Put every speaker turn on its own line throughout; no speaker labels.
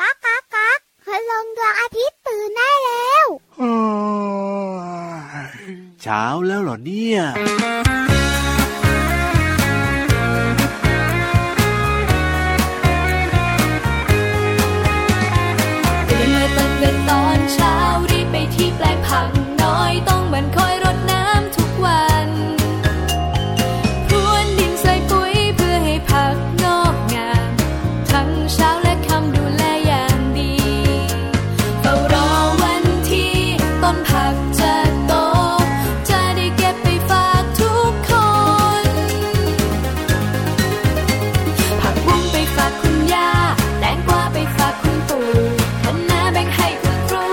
ก๊ากก๊ากก๊ากคืลงดวงอาทิตย์ตื่นได้แล้ว
เช้าแล้วเหรอเนี่ย
ตื่นมาตอนเกิดตอนเช้ารีบไปที่แปลงผักน้อยต้องหมันคอยรดน้ำทุกวันพรวนดินใส่ปุ๋ยเพื่อให้ผักงอกงาม ทั้งเช้าและค่ำดูแลอย่างดีเฝ้ารอวันที่ต้นผักจะโต จะได้เก็บไปฝากทุกคน ผักบุ้งไปฝากคุณย่า แตงกวาไปฝากคุณปู่คะน้าแบ่งให้คุณครู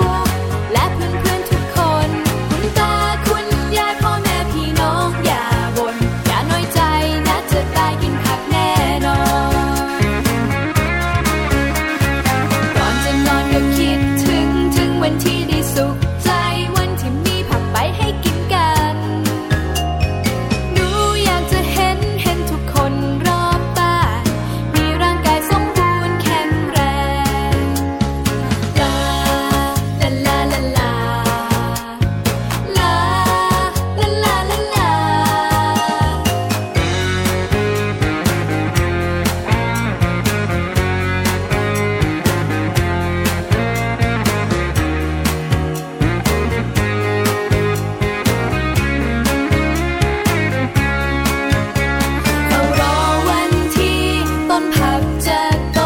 และเพื่อนๆทุกคน คุณตาคุณยายพ่อแม่พี่น้องอย่าบ่นอย่าน้อยใจนะจะตายกินผักแน่นอน ก่อนจะนอนก็คิดถึงถึงวันที่ได้สุขใจวันที่มีผักไปให้กินกัน หนูอยากจะเห็นเห็นทุกคนรอบบ้านมีร่างกายสมบูรณ์แข็งแรงลาลาลาลาลาลาลาลาลาลา เฝ้ารอวันที่ต้นผักจะโต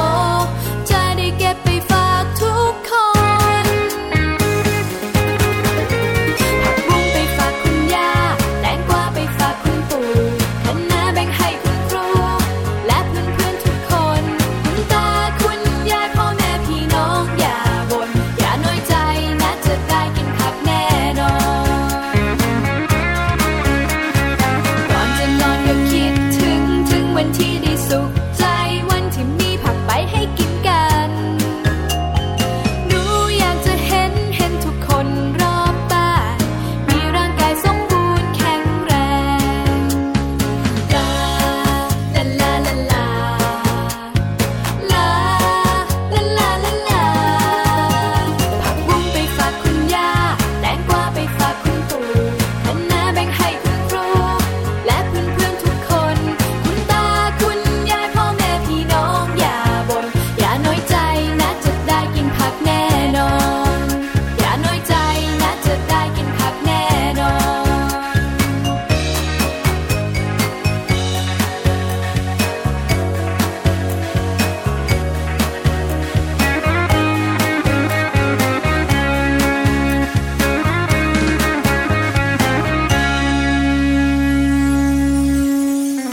จะได้เก็บไปฝากทุกคน ผักบุ้งไปฝากคุณย่า แตงกวาไปฝากคุณปู่คะน้าแบ่งให้คุณครู และเพื่อนๆทุกคน คุณตาคุณยายพ่อแม่พี่น้องอย่าบ่นอย่าน้อยใจนะจะได้กินผักแน่นอน ก่อนจะนอนก็คิดถึงถึงวันที่ได้สุขใจวันที่มีผักไปให้กินกัน หนูอยากจะเห็นเห็นทุกคนรอบบ้านมีร่างกายสมบูรณ์แข็งแรงลาลาลาลาลาลาลาลาลาลา ผักบุ้งไปฝากคุณย่า แตงกวาไปฝากคุณปู่คะน้าแบ่งให้คุณครู และเพื่อนๆทุกคน คุณตาคุณยายพ่อแม่พี่น้องอย่าบ่นอย่าน้อยใจนะจะได้กินผักแน่นอน อย่าน้อยใจนะจะได้กินผักแน่นอน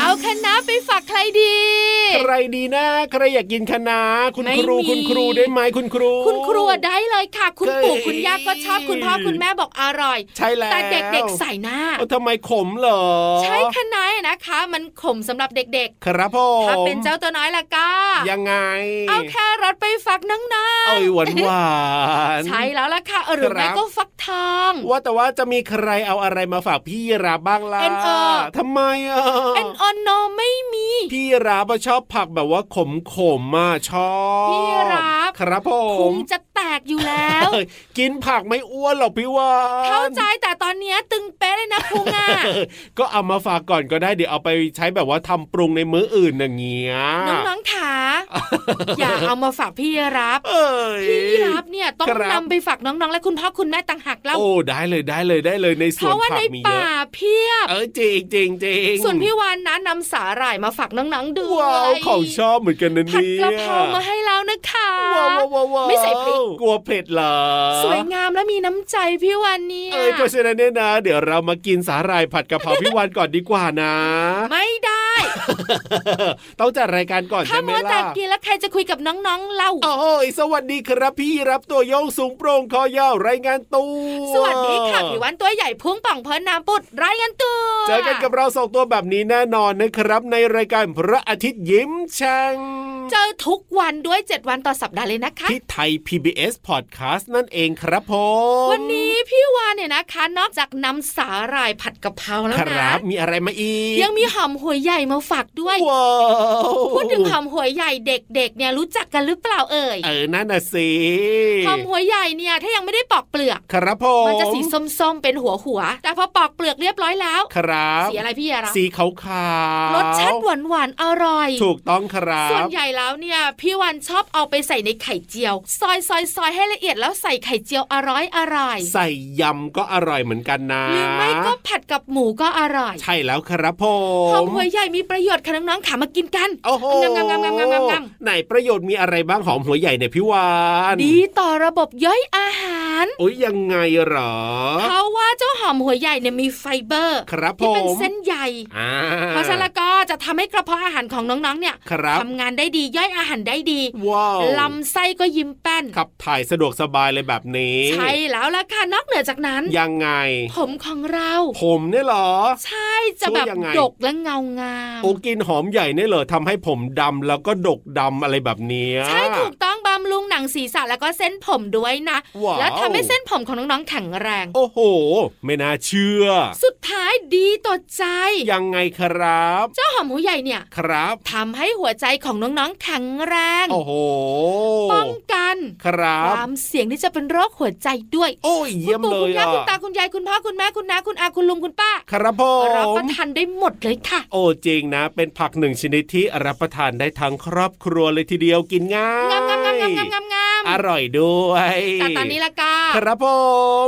เอาคณะไปฝากใครดี
ใครดีนะ ใครอยากกินคะน้าคุณ
ไม่
ครู
มี
คุณครูได้ไหมคุณครู
คุณครัวได้เลยค่ะ คุณปู่
เอ้ย
คุณย่าก็ชอบคุณพ่อคุณแม่บอกอร่อย
ใช่แล้ว
แต่เด็กๆใส่หน้า
เอ้าทำไมขมเหรอ
ใช่คณะนะคะ มันขมสำหรับเด็ก
ครับผ
ๆ
ม
ถ้าเป็นเจ้าตัวน้อยละก็
ยังไง
เอาแค่รถไปฝากนังนา
เอ้ยหวานหวานๆ
ใช่แล้วล่ะค่ะเออหรือ
ครั
ไม่
บ
ก็ฟักทอง
ว่าแต่ว่าจะมีใครเอาอะไรมาฝากพี่ยีราฟบ้างล่ะ
เอ็นเออ
ทำไมอ่ะ
เอ็นออนโนไม่มี
พี่ยีราฟอะชอบผักแบบว่าขมขมๆมากชอบ
พี่ยีราฟ
ครับผ
พุ
ม
งจะแตกอยู่แล้ว
เอ้ยกินผักไม่อ้วนหรอกพี่วาน
เข้าใจแต่ตอนเนี้ยตึงเป๊ะเลยนะพุงอ่ะ
เออก็เอามาฝากก่อนก็ได้เดี๋ยวเอาไปใช้แบบว่าทำปรุงในมื้ออื่นอย่างเงี้ย
น้องๆขา อย่าเอามาฝากพี่รับ
เอ้ย
พี่รับเนี่ยต้อง
ครับ
นำไปฝากน้องๆ และคุณพ่อคุณแม่ต่างหากแล้ว
โอ้ได้เลยได้เลยได้เลยในส
เพ
วน
ราะว่า
ผั
ใน
กมีเย
ป่า
อะ
เพียบ
เออจริงจริงจริง
ส่วนพี่วานนะนำสาหร่ายมาฝากน้องๆด้วย
ว้าวของชอบเหมือนกันนะ
ผัด
เนี่ย
กระเพรามาให้แล้วนะคะ
ว้าวว้าวว้าวว้าว
ไม่ใส่พริก
กลัวเผ็ดเหรอ
สวยงามและมีน้ำใจพี่วานเนี่ย
เอ้ยเพราะฉะนั้นเนี่ยนะ เดี๋ยวเรามากินสาหร่ายผัดกะเพรา พี่วันก่อนดีกว่านะ
ไม่ได้
ต้องจัดรายการก่อน
ถ้า
ใช่ไหม
มัวแต่
ล่ะ
กินแล้วใครจะคุยกับน้องๆเล่า
โอ้ยสวัสดีครับพี่รับตัวโยงสูงโปร่งคอยาวรายงานตัว
สวัสดีค่ะพี่วานตัวใหญ่พุงป่องเพลินน้ำปุดไรายงันตัว
เจอกันกับเราสองตัวแบบนี้แน่นอนนะครับ ในรายการพระอาทิตย์ยิ้มช่าง
เจอทุกวันด้วย 7 วันต่อสัปดาห์เลยนะคะ
ที่ไทย PBS Podcast นั่นเองครับผม
วันนี้พี่วานเนี่ยนะคะ นอกจากนำสาหร่ายผัดกะเพราแล้ว
ค
นะ
รับมีอะไรมาอีก
ยังมีหอมหัวใหญ่มา ฝากด้วย
ว้าว
พูดถึงหอมหัวใหญ่เด็กๆ เนี่ยรู้จักกันหรือเปล่าเอ่ย
เออนั่นน่ะสิ
หอมหัวใหญ่เนี่ยถ้ายังไม่ได้ปอกเปลือก
ครับผม
มันจะสีส้มๆ เป็นหัวหัวๆแต่พอปอกเปลือกเรียบร้อยแล้ว
ครับ
สีอะไรพี่ยารับ
สีขาวขาวๆ
รสชาติหวานหวานๆอร่อย
ถูกต้องครับ
ส่วนใหญ่แล้วเนี่ยพี่วันชอบเอาไปใส่ในไข่เจียว ซอยซอยซอยให้ละเอียดแล้วใส่ไข่เจียวอร่อยอร่อย
ใส่ยำก็อร่อยเหมือนกันนะ
หรือไม่ก็ผัดกับหมูก็อร่อย
ใช่แล้วครับผ
หอม
ม
หัวใหญ่มีประโยชน์ค่ะน้องๆขามากินกัน
โอ้โห
งามงามงามงามงามงาม
ไหนประโยชน์มีอะไรบ้างหอมหัวใหญ่เนี่ยพี่วาน
ดีต่อระบบย่อยอาหาร
โอ้ยยังไงเหรอ
เพราะว่าเจ้าหอมหัวใหญ่เนี่ยมีไฟเบอร์
ครับ
ที่เป็น
ผม
เส้นใหญ่
อ่า
เพราะฉะนั้นแล้วก็จะทำให้กระเพาะอาหารของน้องๆเนี่ย
ครับ
ทำงานได้ดีย่อยอาหารได้ดี
ว้าว
ลำไส้ก็ยิ้มแป้น
ขับถ่ายสะดวกสบายเลยแบบนี้
ใช่แล้วล่ะค่ะนอกเหนือจากนั้น
ยังไง
ผมของเรา
ผมเนี่ยเหรอ
ใช่จะแบบ
ช่วยยังไง
ดกและเงางาม
โอกินหอมใหญ่เนี่ยเหรอทำให้ผมดำแล้วก็ดกดำอะไรแบบเนี้ย
ใช่ถูกต้องบำรุงหนังศีรษะแล้วก็เส้นผมด้วยนะ
ว้าว
แล้วทำให้เส้นผมของน้องๆแข็งแรง
โอ้โห ไม่น่าเชื่อ
สุดท้ายดีต่อใจ
ยังไงครับ
เจ้าหอมหัวใหญ่เนี่ย
ครับ
ทำให้หัวใจของน้องๆแข็งแรง
โอ้โห
ป้องกัน
ครั
ค
บ
วามเสี่ยงที่จะเป็นโรคหัวใจด้วย
โอ้ยเยี่ยม
คุณ
เล
ปู่
ย
คุณย่า
อ่ะ
คุณตาคุณยายคุณพ่อคุณแม่คุณน้าคุณอาคุณลุงคุณป้า
ครับผ
รับป
ม
ระทานได้หมดเลยค่ะ
โอ้จริงนะ เป็นผักหนึ่งชนิดที่รับประทานได้ทั้งครอบครัวเลยทีเดียวกินง่าย
งามงามงามงามงามงามงาม
อร่อยด้วย
แต่ตอนนี้ละกา
ครับผ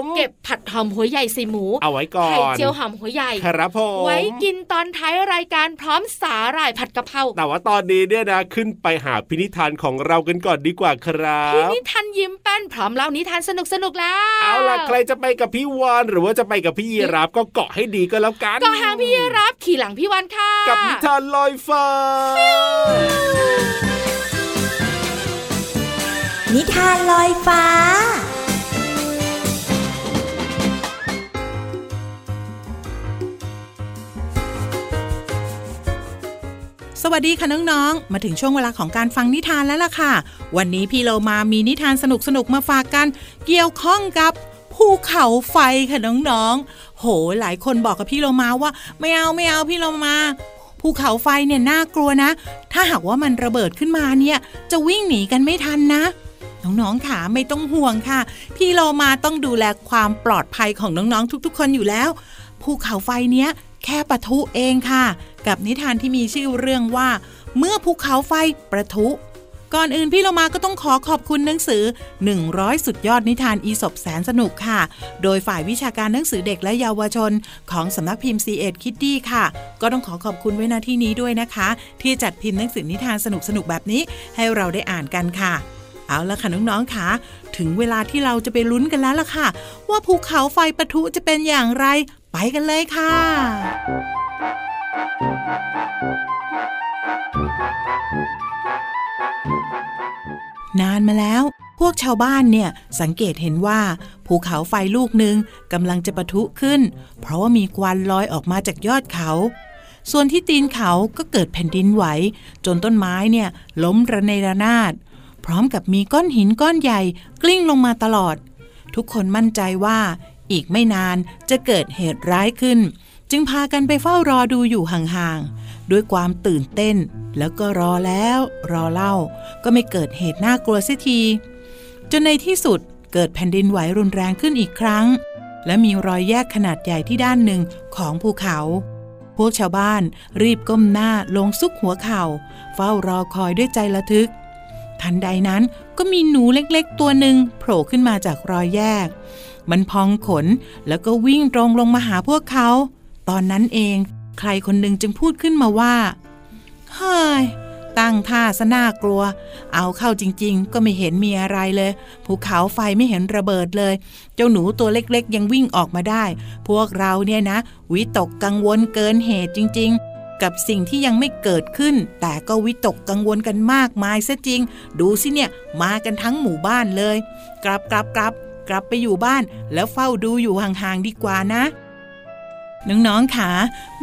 ม
เก็บผัดหอมหัวใหญ่ใส่หมู
เอาไว้ก่อ
ไข่
น
เจียวหอมหัวใหญ่
ครับผม
ไว้กินตอนท้ายรายการพร้อมสาหร่ายผัดกะเพรา
แต่ว่าตอนนี้เนี่ยนะขึ้นไปหาพินิธานของเรากันก่อนดีกว่าครั
พี่
บ
นิทานยิ้มแป้นพร้อมเล่านิทานสนุกสนุกๆแล้ว
เอาล่ะใครจะไปกับพี่วานหรือว่าจะไปกับพี่ยีรับก็เกาะให้ดีก็แล้วกัน
ก็หางพี่รับขี่หลังพี่วันค่ะ
กับนิทานลอยฟ้า
นิทานลอยฟ้า
สวัสดีค่ะน้องๆ มาถึงช่วงเวลาของการฟังนิทานแล้วล่ะค่ะ วันนี้พี่เรามามีนิทานสนุกๆ มาฝากกัน เกี่ยวข้องกับภูเขาไฟค่ะน้องๆ โห หลายคนบอกกับพี่เรามาว่า ไม่เอาไม่เอาพี่เรามาภูเขาไฟเนี่ยน่ากลัวนะ ถ้าหากว่ามันระเบิดขึ้นมาเนี่ย จะวิ่งหนีกันไม่ทันนะ น้องๆ ค่ะไม่ต้องห่วงค่ะ พี่เรามาต้องดูแลความปลอดภัยของน้องๆ ทุกๆ คนอยู่แล้ว ภูเขาไฟเนี้ยแค่ปะทุเองค่ะ กับนิทานที่มีชื่อเรื่องว่า เมื่อภูเขาไฟประทุ ก่อนอื่นพี่เรามาก็ต้องขอขอบคุณหนังสือ 100 สุดยอดนิทานอีสบแสนสนุกค่ะ โดยฝ่ายวิชาการหนังสือเด็กและเยาวชน ของสำนักพิมพ์ c ีเอ็ดคิตตี้ค่ะ ก็ต้องขอขอบคุณไว้ณที่นี้ด้วยนะคะ ที่จัดพิมพ์หนังสือนิทานสนุกๆแบบนี้ให้เราได้อ่านกันค่ะ เอาละค่ะน้องๆค่ะ ถึงเวลาที่เราจะไปลุ้นกันแล้วล่ะค่ะ ว่าภูเขาไฟปะทุจะเป็นอย่างไร ไปกันเลยค่ะ นานมาแล้ว พวกชาวบ้านเนี่ย สังเกตเห็นว่า ภูเขาไฟลูกหนึ่งกำลังจะปะทุขึ้น เพราะว่ามีควันลอยออกมาจากยอดเขา ส่วนที่ตีนเขาก็เกิดแผ่นดินไหว จนต้นไม้เนี่ย ล้มระเนระนาด พร้อมกับมีก้อนหินก้อนใหญ่ กลิ้งลงมาตลอด ทุกคนมั่นใจว่า อีกไม่นานจะเกิดเหตุร้ายขึ้น จึงพากันไปเฝ้ารอดูอยู่ห่างๆ ด้วยความตื่นเต้น แล้วก็รอแล้วรอเล่า ก็ไม่เกิดเหตุน่ากลัวเสียที จนในที่สุดเกิดแผ่นดินไหวรุนแรงขึ้นอีกครั้ง และมีรอยแยกขนาดใหญ่ที่ด้านหนึ่งของภูเขา พวกชาวบ้านรีบก้มหน้าลงซุกหัวเข่า เฝ้ารอคอยด้วยใจระทึก ทันใดนั้นก็มีหนูเล็กๆ ตัวหนึ่งโผล่ขึ้นมาจากรอยแยก มันพองขนแล้วก็วิ่งตรงลงมาหาพวกเขา ตอนนั้นเองใครคนหนึ่งจึงพูดขึ้นมาว่า เฮ้ย ตั้งท่าซะน่ากลัว เอาเข้าจริงๆ ก็ไม่เห็นมีอะไรเลย ภูเขาไฟไม่เห็นระเบิดเลย เจ้าหนูตัวเล็กๆ ยังวิ่งออกมาได้ พวกเราเนี่ยนะ วิตกกังวลเกินเหตุจริงๆ กับสิ่งที่ยังไม่เกิดขึ้น แต่ก็วิตกกังวลกันมากมายซะจริง ดูสิเนี่ย มากันทั้งหมู่บ้านเลย กลับกลับกลับกลับไปอยู่บ้าน แล้วเฝ้าดูอยู่ห่างๆดีกว่านะ น้องๆค่ะ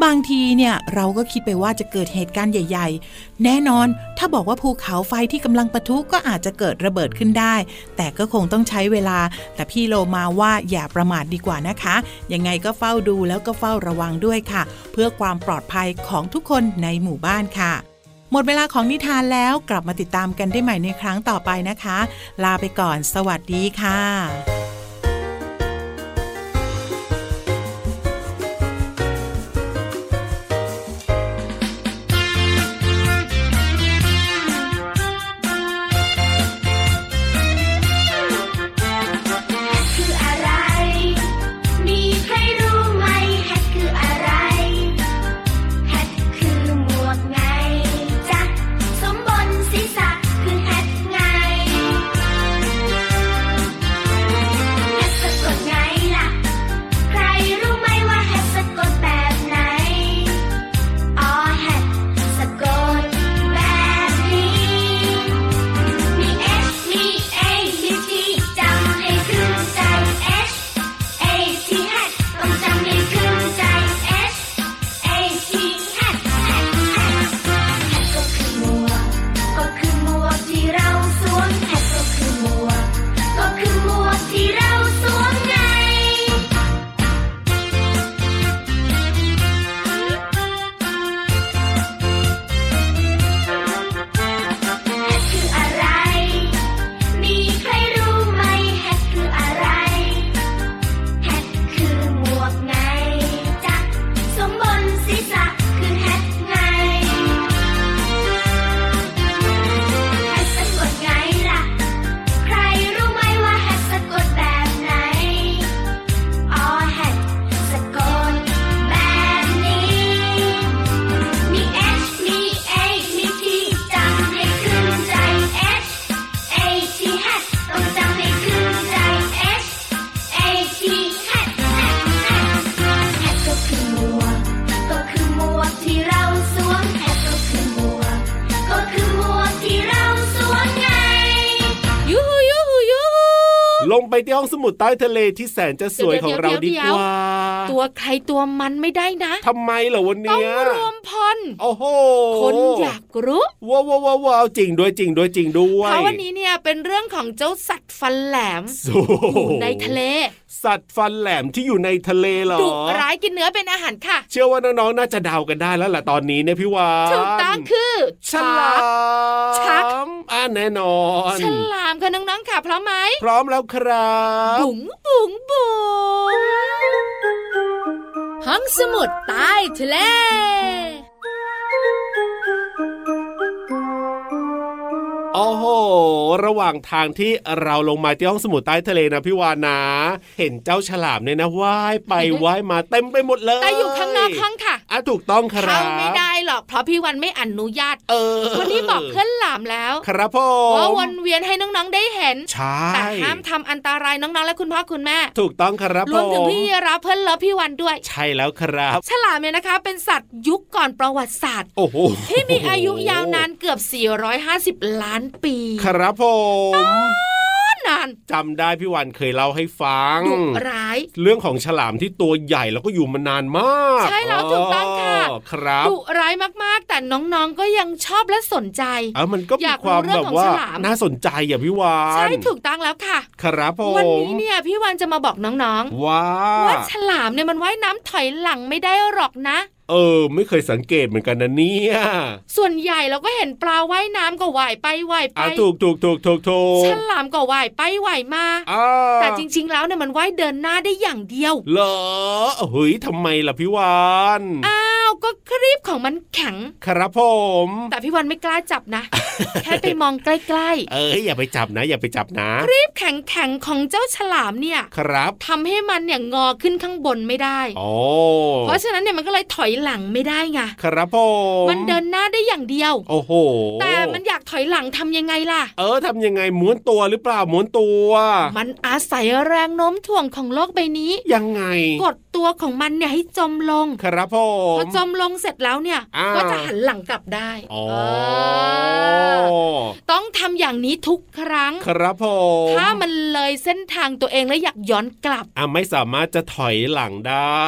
บางทีเนี่ยเราก็คิดไปว่าจะเกิดเหตุการณ์ใหญ่ ๆ แน่นอนถ้าบอกว่าภูเขาไฟที่กำลังปะทุก็อาจจะเกิดระเบิดขึ้นได้ แต่ก็คงต้องใช้เวลา แต่พี่โลมาว่าอย่าประมาทดีกว่านะคะ ยังไงก็เฝ้าดูแล้วก็เฝ้าระวังด้วยค่ะ เพื่อความปลอดภัยของทุกคนในหมู่บ้านค่ะ หมดเวลาของนิทานแล้วกลับมาติดตามกันได้ใหม่ในครั้งต่อไปนะคะ ลาไปก่อน สวัสดีค่ะ
คืออะไร มีใครรู้ไหมแฮกคืออะไร แฮกคือหมวกไงจ๊ะสวมบนศีรษะคือแฮกไง แฮกสะกดไงล่ะ ใครรู้ไหมว่าแฮกสะกดแบบไหน อ๋อแฮกสะกดแบบนี้ มี H มี A มี T จำให้ขึ้นใจ H A T hat ต้องจำให้ขึ้นใจ H A T hat hat hat hat ก็คือหมวกก็คือหมวกที่เราสวม hat ก็คือหมวกก็คือหมวกที่เราสวมไง แฮกคืออะไร มีใครรู้ไหมแฮกคืออะไร แฮกคือหมวกไงจ๊ะสวมบนศีรษะคือแฮกไง แฮกสะกดไงล่ะ ใครรู้ไหมว่าแฮกสะกดแบบไหน อ๋อแฮกสะกดแบบนี้ มี H มี A มี T จำให้ขึ้นใจ H A T hat ต้องจำให้ขึ้นใจ H A T hat hat hat hat ก็คือหมวกก็คือหมวกที่เราสวม hat ก็คือหมวกก็คือหมวกที่เราสวมไง
ยูฮูยูฮูยูฮู
ลงไปที่ห้องสมุดใต้ทะเลที่แสนจะสวยของเรา
เดี๋
ดี
ยวๆๆ
กว่า
ตัวใครตัวมันไม่ได้นะ
ทำไมเหรอวัน
ต้อง
เนี้ย
รวมพล
โอ้โห
คนอยากรู้
ว้าวว้าวว้าวว้าวจริงด้วยจริงด้วยจริงด้ว
เพ
ย
ราะวันนี้เนี่ยเป็นเรื่องของเจ้าสัตว์ฟันแหลม
โอ้โห
อยู่ในทะเล
สัตว์ฟันแหลมที่อยู่ในทะเลเหรอ
ดุร้ายกินเนื้อเป็นอาหารค่ะ
เชื่อว่าน้องๆ น่าจะเดากันได้แล้วล่ะตอนนี้เนี่ยพี่วาน
ถูกต้องคือ
ฉลาม ม
ชัก
อ่าแน่นอน
ฉลามค่ะน้องๆค่ะพร้อมไหม
พร้อมแล้วครับ
บุ๋งบุ๋งบุ๋งห้องสมุดใต้ทะเล
โอ้โห ระหว่างทางที่เราลงมาที่ห้องสมุดใต้ทะเลนะพี่วานนะ เห็นเจ้าฉลามเนี่ยนะว่ายไป ว่ายมาเต็มไปหมดเลย
แต่อยู่ข้างหน้าข้างค่ะ
อ่ะถูกต้องครั
เข้า
บ
ไม่ได้หรอกเพราะพี่วันไม่อนุญาต
เออ
วันนี้บอกเพื่อนหลามแล้ว
ครับผ
ว่าม วนเวียนให้น้องๆได้เห็น
ใช่
แต่ห้ามทำอันตรายน้องๆและคุณพ่อคุณแม่
ถูกต้องครับ
รวมถึง
ผ
พี่รับเพื่อนเลิฟพี่วันด้วย
ใช่แล้วครับ
ฉลามเนี่ยนะคะ เป็นสัตว์ยุคก่อนประวัติศาสตร์
โอ้โห
ที่มีอายุยาวนานเกือบ 450 ล้านปี
ครับผม
นาน
จำได้พี่วานเคยเล่าให้ฟัง
ดุร้าย
เรื่องของฉลามที่ตัวใหญ่แล้วก็อยู่มานานมาก
ใช่แล้วถูกต้องค่ะ
ครับ
ดุร้ายมากๆ แต่น้องๆก็ยังชอบและสนใจ
อ่ะมันก็
อ
มี
ยากรู้
ความ
เรื่
แบ
อง
บ
ของฉ
ว่า
ลาม
น่าสนใจอ่ะพี่วาน
ใช่ถูกต้องแล้วค่ะ
ครับผม
วันี้เนี่ยพี่วันจะมาบอกน้อง
ว้า
ๆ ว่าฉลามเนี่ยมันว่ายน้ำถอยหลังไม่ได้หรอกนะ
เออ ไม่เคยสังเกตเหมือนกันนะเนี่ย
ส่วนใหญ่เราก็เห็นปลาว่ายน้ำก็ว่ายไปว่ายไป
อ่ะถูกถูกถูกถูกถู
ฉ
ก
ลามก็ว่ายไปว่ายมา
อ่า
แต่จริงๆ แล้วเนี่ยมันว่ายเดินหน้าได้อย่างเดียว
เหรอเฮ้ยทำไมล่ะพี่วาน
อ้าวก็ครีบของมันแข็ง
ครับผม
แต่พี่วันไม่กล้าจับ นะ แค่ไปมองใกล้
เอ้ยอย่าไปจับนะ อย่าไปจับนะ
ๆ ครีบแข็งๆของเจ้าฉลามเนี่ย
ครับ
ทำให้มันเนี่ยงอขึ้นข้างบนไม่ได้
โอ้
เพราะฉะนั้นเนี่ยมันก็เลยถอยหลังไม่ได้ไง
ครับผม
มันเดินหน้าได้อย่างเดียว
โอ้โห
แต่มันอยากถอยหลังทำยังไงล่ะ
เออทำยังไงม้วนตัวหรือเปล่าม้วนตัว
มันอาศัยแรงโน้มถ่วงของโลกใบนี้
ยังไง
กดตัวของมันเนี่ยให้จมลง
ครับผม
พอจมลงเสร็จแล้วเนี่ย
อ่า
ก็จะหันหลังกลับได้
อ๋อ
เออต้องท ทำอย่างนี้ทุกครั้ง
ครับผม
ถ้ามันเลยเส้นทางตัวเองแล้วอยากย้อนกลับ
อ่ะไม่สามารถจะถอยหลังได้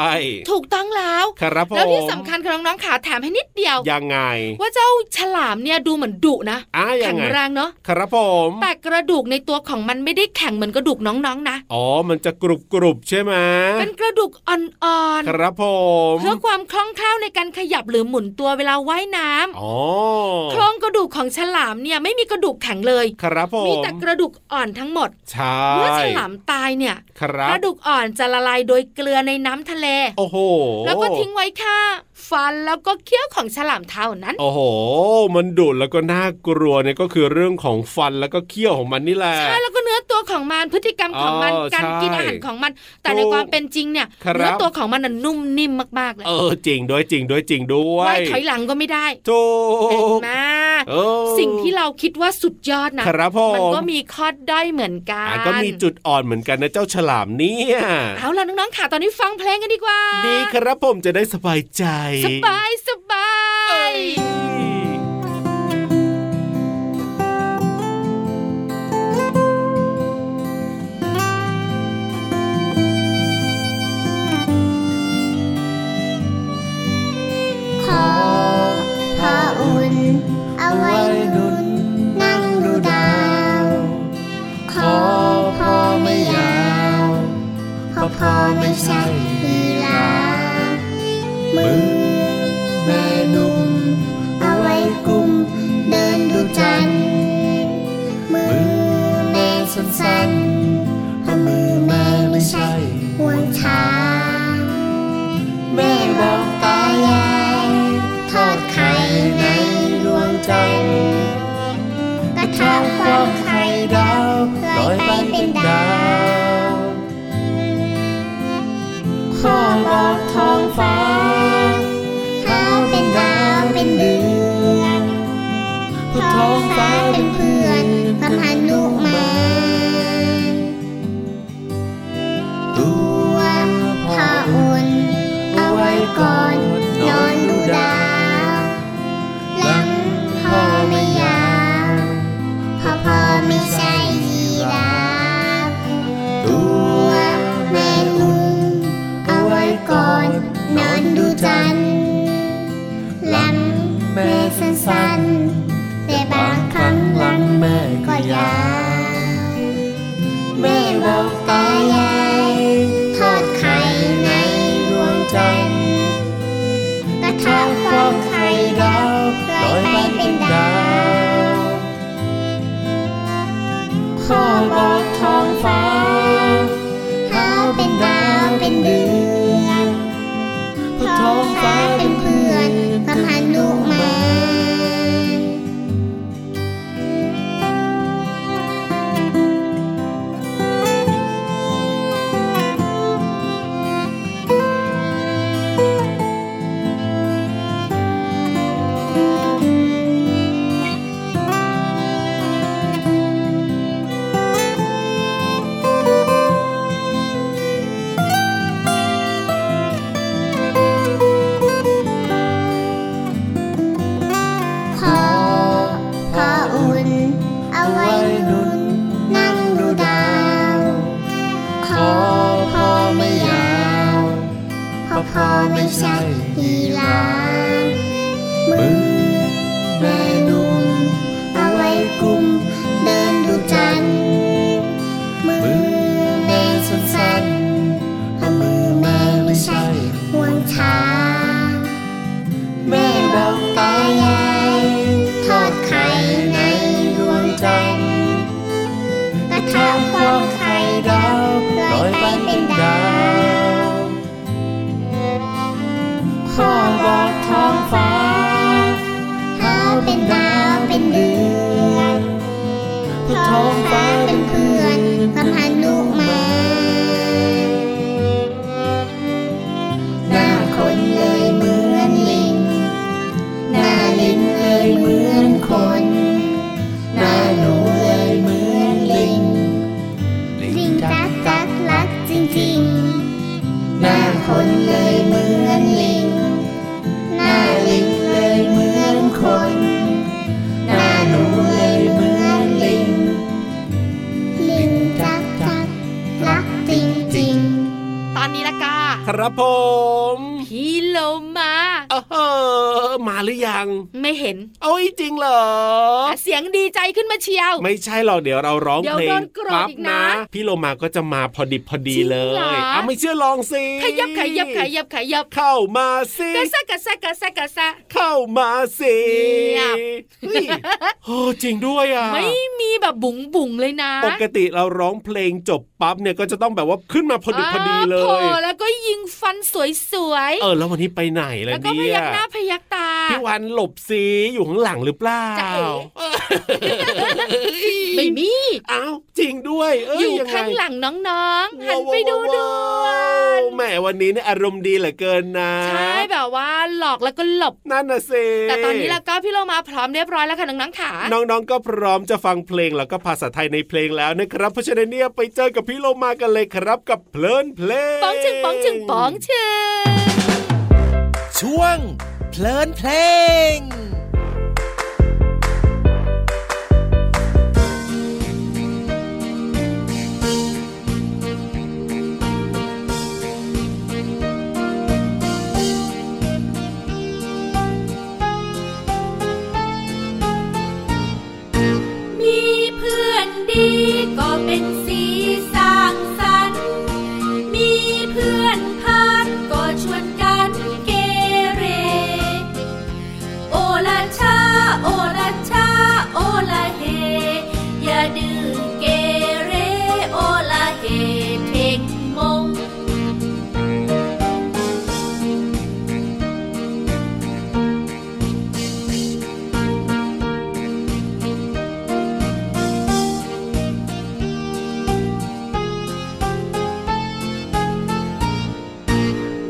ถูกต้องแล้ว
ครับผม
แล้วที่สำคัญค่ะน้องๆขาถามให้นิดเดียว
ยังไง
ว่าเจ้าฉลามเนี่ยดูเหมือนดุนะ
อ่ะยังไง
แข็งแรงเนาะ
ครับผม
แต่กระดูกในตัวของมันไม่ได้แข็งเหมือนกระดูกน้องๆนะ
อ๋อมันจะกรุบกรุบๆใช่ไหม
เป็นกระดูกอ่อน
ครับผ
ๆ
ม
เพื่อความคล่องแคล่วในการขยับหรือหมุนตัวเวลาว่ายน้ำ
อ๋อ
โครงกระดูกของฉลามเนี่ยไม่มีกระดูกแข็งเลย
ครับผม
มีแต่กระดูกอ่อนทั้งหมด
ใช่
เมื่อฉลามตายเนี่ย
ครั
ก
บ
ระดูกอ่อนจะละลายโดยเกลือในน้ำทะเล
โอ้โห
แล้วก็ทิ้งไว้ค่ะ ฟันแล้วก็เคี้ยวของฉลามเท่านั้น
โอ้โห มันดุแล้วก็น่ากลัวเนี่ยก็คือเรื่องของฟันแล้วก็เขี้ยวของมันนี่แหละ
ใช่แล้วก็เนื้อตัวของมันพฤติกรรมของมัน
อ๋อ
การกิน
ใช่
อาหารของมัน แต่
ถูก
ในความเป็นจริงเนี่ย
ครับ
เนื้อตัวของมันน่ะนุ่มนิ่มมากๆเลย
เออจริงด้วยจริงด้วยจริงด้วย
ว่ายถอยหลังก็ไม่ได้
ถู
เห็น
ก
ไหม
เออ
สิ่งที่เราคิดว่าสุดยอดนะครับ
ผม
มันก็มีข้อด้อยเหมือนกั
อ่ะ
น
ก็มีจุดอ่อนเหมือนกันนะเจ้าฉลามเนี่ย
เอาล่ะน้องๆค่ะตอนนี้ฟังเพลงกันดีกว่า
ดีครับผมจะได้สบายใจ
สบายสบาย
ขอพออุ่น เอาไว้ดุนนั่งดูดาว ขอพอไม่ยาวพอพอไม่ใช่ลีลามือแม่นุ่มเอาไว้กุม เดินดูจันทร์มือแม่สุดสันเพราะมือแม่ไม่ใช่ห่วงช้าง แม่บอกตายายทอดไข่ในดวงจันทร์กระทะฟองไข่ดาวลอยไปเป็นดาวพ่อบอกท้องฟ้าข้าเป็นดาวเป็นเดือนพอท้องฟ้าเป็นเพื่อนกับพานุมานตัวพออุ่น เอาไว้ก่อนนอนดูดาวหลังพอไม่ยาวพอพอไม่ใช่ยีราฟตัวแม่นุ่มเอาไว้ก่อนนอนดูจันทร์หลังแม่สั้นๆแต่บางครั้งหลังแม่ก็ยาวแม่บอกตายายทอดไข่ในดวงจันทร์กระทะฟองไข่ดาวลอยไปเป็นดาวพ่อบอกท้องฟ้าเขาเป็นดาวเป็นเดือนพอท้องฟ้าเป็นเพื่อนกับพานุมาน ขอขออุ่น เอาไว้ดุนนั่งดูดาวขอพอไม่ยาวพอพอไม่ใช่ยีราฟมือแม่นุ่มเอาไว้กุม เดินดูจันทร์มือแม่สุดสันเพราะมือแม่ไม่ใช่ห่วงช้าง แม่บอกตายายทอดไข่ในดวงจันทร์กระทะฟองไข่ดาวลอยไปเป็นดาวพ่อบอกท้องฟ้าเขาเป็นดาวเป็นเดือนพอท้องฟ้าเป็นเพื่อนกับพานุมาน หน้าคนเลยเหมือนลิง หน้าลิ้นเลยเหมือนคน หน้าหนูเลยเหมือนลิง ลิงรักรักรักจริงๆ หน้าคนเลยเหมือนลิง หน้าลิงเลยเหมือนคน หน้าหนูเลยเหมือน
ครับผม
พี่โลมา
เออเออมาหรือยัง
ไม่เห็น
เอ้ยจริงเหรอ
แต่เสียงดีใจขึ้นมาเชียว
ไม่ใช่หรอกเดี๋ยวเราร้อง
เดี๋ยว
เพล
โด
ง
นโกรธ
ปั๊บ
อีกนะ
นะ พี่โลมาก็จะมาพอดิบพอดี
จริงเหรอ
เลยอ่ะไม่เชื่อลองสิ
ขยับขยับขยับขยับ
เข้ามาสิ
กระแซะกระแซะกระแซะกระแซะ
เข้ามาสิ
เงียบ
เฮ้ยโอ้จริงด้วยอ่ะ
ไม่มีแบบบุ๋งบุ๋งเลยนะ
ปกติเราร้องเพลงจบปั๊บเนี่ยก็จะต้องแบบว่าขึ้นมาพอดิบพอดีเล
โผ
ย
แล้วก็ยิงฟันสวย
เออแล้ววันนี้ไปไหน
ๆ
ล่ะ
แล้วก็พ
เนี่ย
ยักหน้าพยักตา
พี่วันหลบซีอยู่ข้างหลังหรือเปล่า
จะเอ๋
ไม่
ไม่มี
อ้าวจริงด้วยเอ้
อยู่
ไ
ข้างหลังน้องๆ หันไปดูด่ว
ว้าวน แหมวันนี้เนี่ยอารมณ์ดีเหลือเกินนะ
ใช่แบบว่าหลอกแล้วก็หลบ
นั่นน่ะสิ
แต่ตอนนี้แล้วก็พี่โลมาพร้อมเรียบร้อยแล้วค่ะน้องๆขา
น้องๆก็พร้อมจะฟังเพลงแล้วก็ภาษาไทยในเพลงแล้วนะครับ เพราะฉะนั้นเนี่ยไปเจอกับพี่โลมากันเลยครับกับเพลินเพลง
ป๋องชึงป๋องชึงป๋องชึง
ช่วงเพลินเพลง
มีเพื่อนดีก็เป็นสีสร้างสรรค์ มีเพื่อนพันก็ชวนกันเกเร โอละชา โอละชา โอละเฮ อย่าดื้อเกเร โอละเฮเทคมง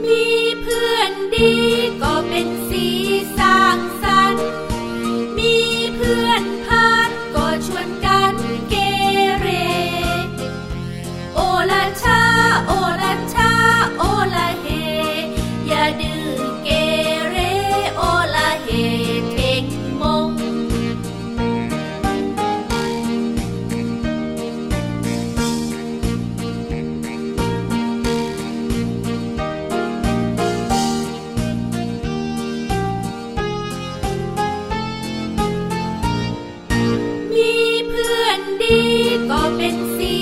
มีเพื่อนดีก็เป็นสีสร้างสรรค์ มีเพื่อนพันก็ชวนกันเกเร โอละชา โอละชา โอละเฮ อย่าดื้อเกเร โอละเฮเทคมง มีเพื่อนดีก็เป็นสี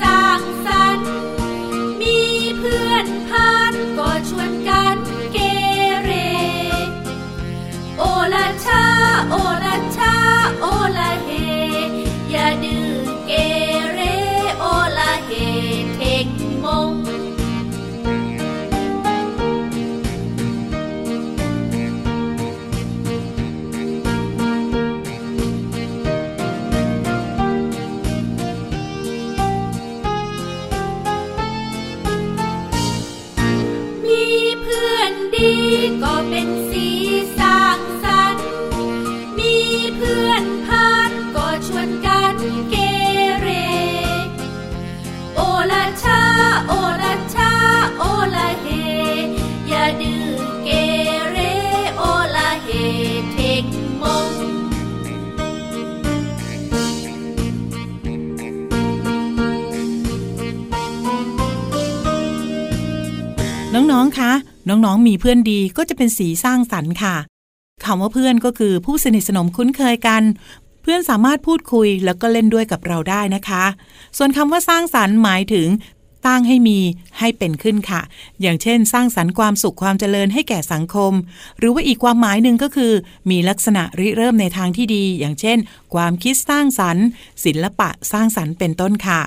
สร้างสรรค์ มีเพื่อนพันก็ชวนกันเกเร โอละชา โอละชา โอละเฮ อย่าดื้อเกเร โอละเฮเทคมง มีเพื่อนดีก็เป็นสีสร้างสรรค์ มีเพื่อนพันก็ชวนกันเกเร โอละชา โอละชา โอละเฮ อย่าดื้อเกเร โอละเฮเทคมง
น้องๆ คะ น้องๆ มีเพื่อนดีก็จะเป็นสีสร้างสรรค์ค่ะคำว่าเพื่อนก็คือผู้สนิทสนมคุ้นเคยกัน เพื่อนสามารถพูดคุยแล้วก็เล่นด้วยกับเราได้นะคะ ส่วนคำว่าสร้างสรรค์หมายถึงสร้างให้มีให้เป็นขึ้นค่ะ อย่างเช่น สร้างสรรค์ความสุขความเจริญให้แก่สังคม หรือว่าอีกความหมายหนึ่งก็คือ มีลักษณะริเริ่มในทางที่ดี อย่างเช่น ความคิดสร้างสรรค์ ศิลปะสร้างสรรค์เป็นต้นค่ะ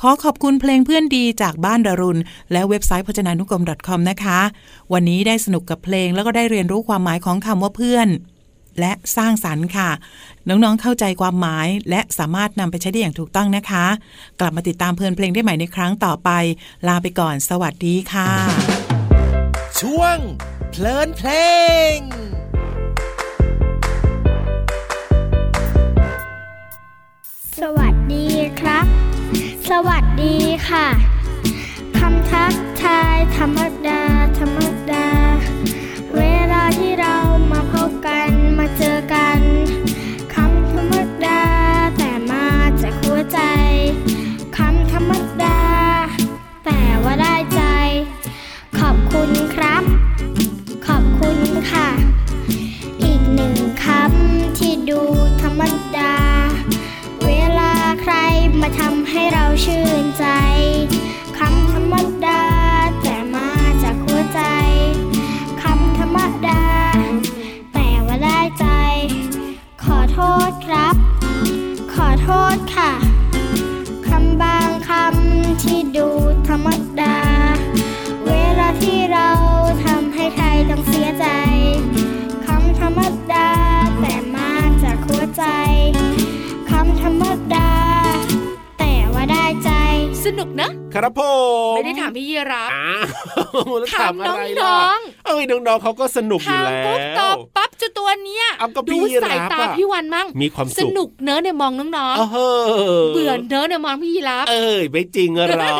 ขอขอบคุณเพลงเพื่อนดีจากบ้านดารุณ และเว็บไซต์พจนานุกรม .com นะคะ วันนี้ได้สนุกกับเพลงแล้วก็ได้เรียนรู้ความหมายของคำว่าเพื่อน และสร้างสรรค์ค่ะ น้องๆเข้าใจความหมาย และสามารถนำไปใช้ได้อย่างถูกต้องนะคะ กลับมาติดตามเพลินเพลงได้ใหม่ในครั้งต่อไป ลาไปก่อน สวัสดีค่ะ
ช่วงเพลินเพลง
สวัสดีครับ สวัสดีค่ะ คำทักทายธรรมดา ธรรมดา เวลาที่เรามาพบกันมาเจอกัน คำธรรมดา แต่มาจากหัวใจ คำธรรมดา แต่ว่าได้ใจ ขอบคุณ
มาทำให้เราชื่นใจคำธรรมดา แต่มาจากหัวใจคำธรรมดา แต่ว่าได้ใจ ขอโทษครับ ขอโทษค่ะคำบางคำที่ดูธรรมดา เวลาที่เราทำให้ใครต้องเสียใจคำธรรมดา แต่มาจากหัวใจ คำธรรมดา แต่ว่าได้ใจ
สนุกนะ
ครับผม
ไม่ได้ถามพี่ยีรับ
อ้าวแล้ว
ถา
ถาม ม
น้อ
อะ
งๆ
ไรล่ะเอ้ยน้องๆเขาก็สนุกอยู่
ถาม
แล้
ปุ๊บตอ
ว
บปั๊บเจุตัวเนี้ย
เอาก็พี่
ดูสาย
ยีราฟ
ตา
อะ
พี่วันมั่ง
มีความสุข
สนุกเนอะเนี่ยมองน้อง
เออฮ้
ๆเบื่อเนอะเนี่ยมองพี่ยีรับ
เอ้ยไม่จริงหรอ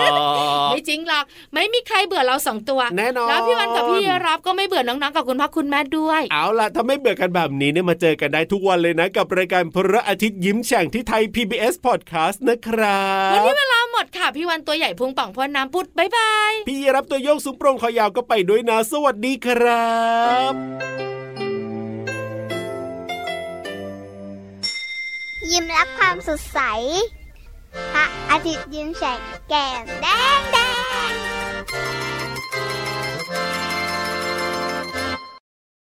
ไม่จริงหรอกไม่มีใครเบื่อเราสองตัว
แน่นอน
แล้วพี่วันกับพี่ยีรับก็ไม่เบื่อน้องๆกับคุณพ่อคุณแม่ด้วย
เอาล่ะ ถ้าไม่เบื่อกันแบบนี้เนี่ยมาเจอกันได้ทุกวันเลยนะ กับรายการพระอาทิตย์ยิ้มแฉ่งที่ไทย PBS Podcast นะครั
วัน
บ
นี้เวลาหมดค่ะ พี่วันตัวใหญ่พุงป่องพ่นน้ำปุดบายบาย
พี่รับตัวโยกสูงโปร่งคอยาวก็ไปด้วยนะ สวัสดีครับ
ยิ้มรับความสดใส พระอาทิตย์ยิ้มแฉกแก้มแดงแดง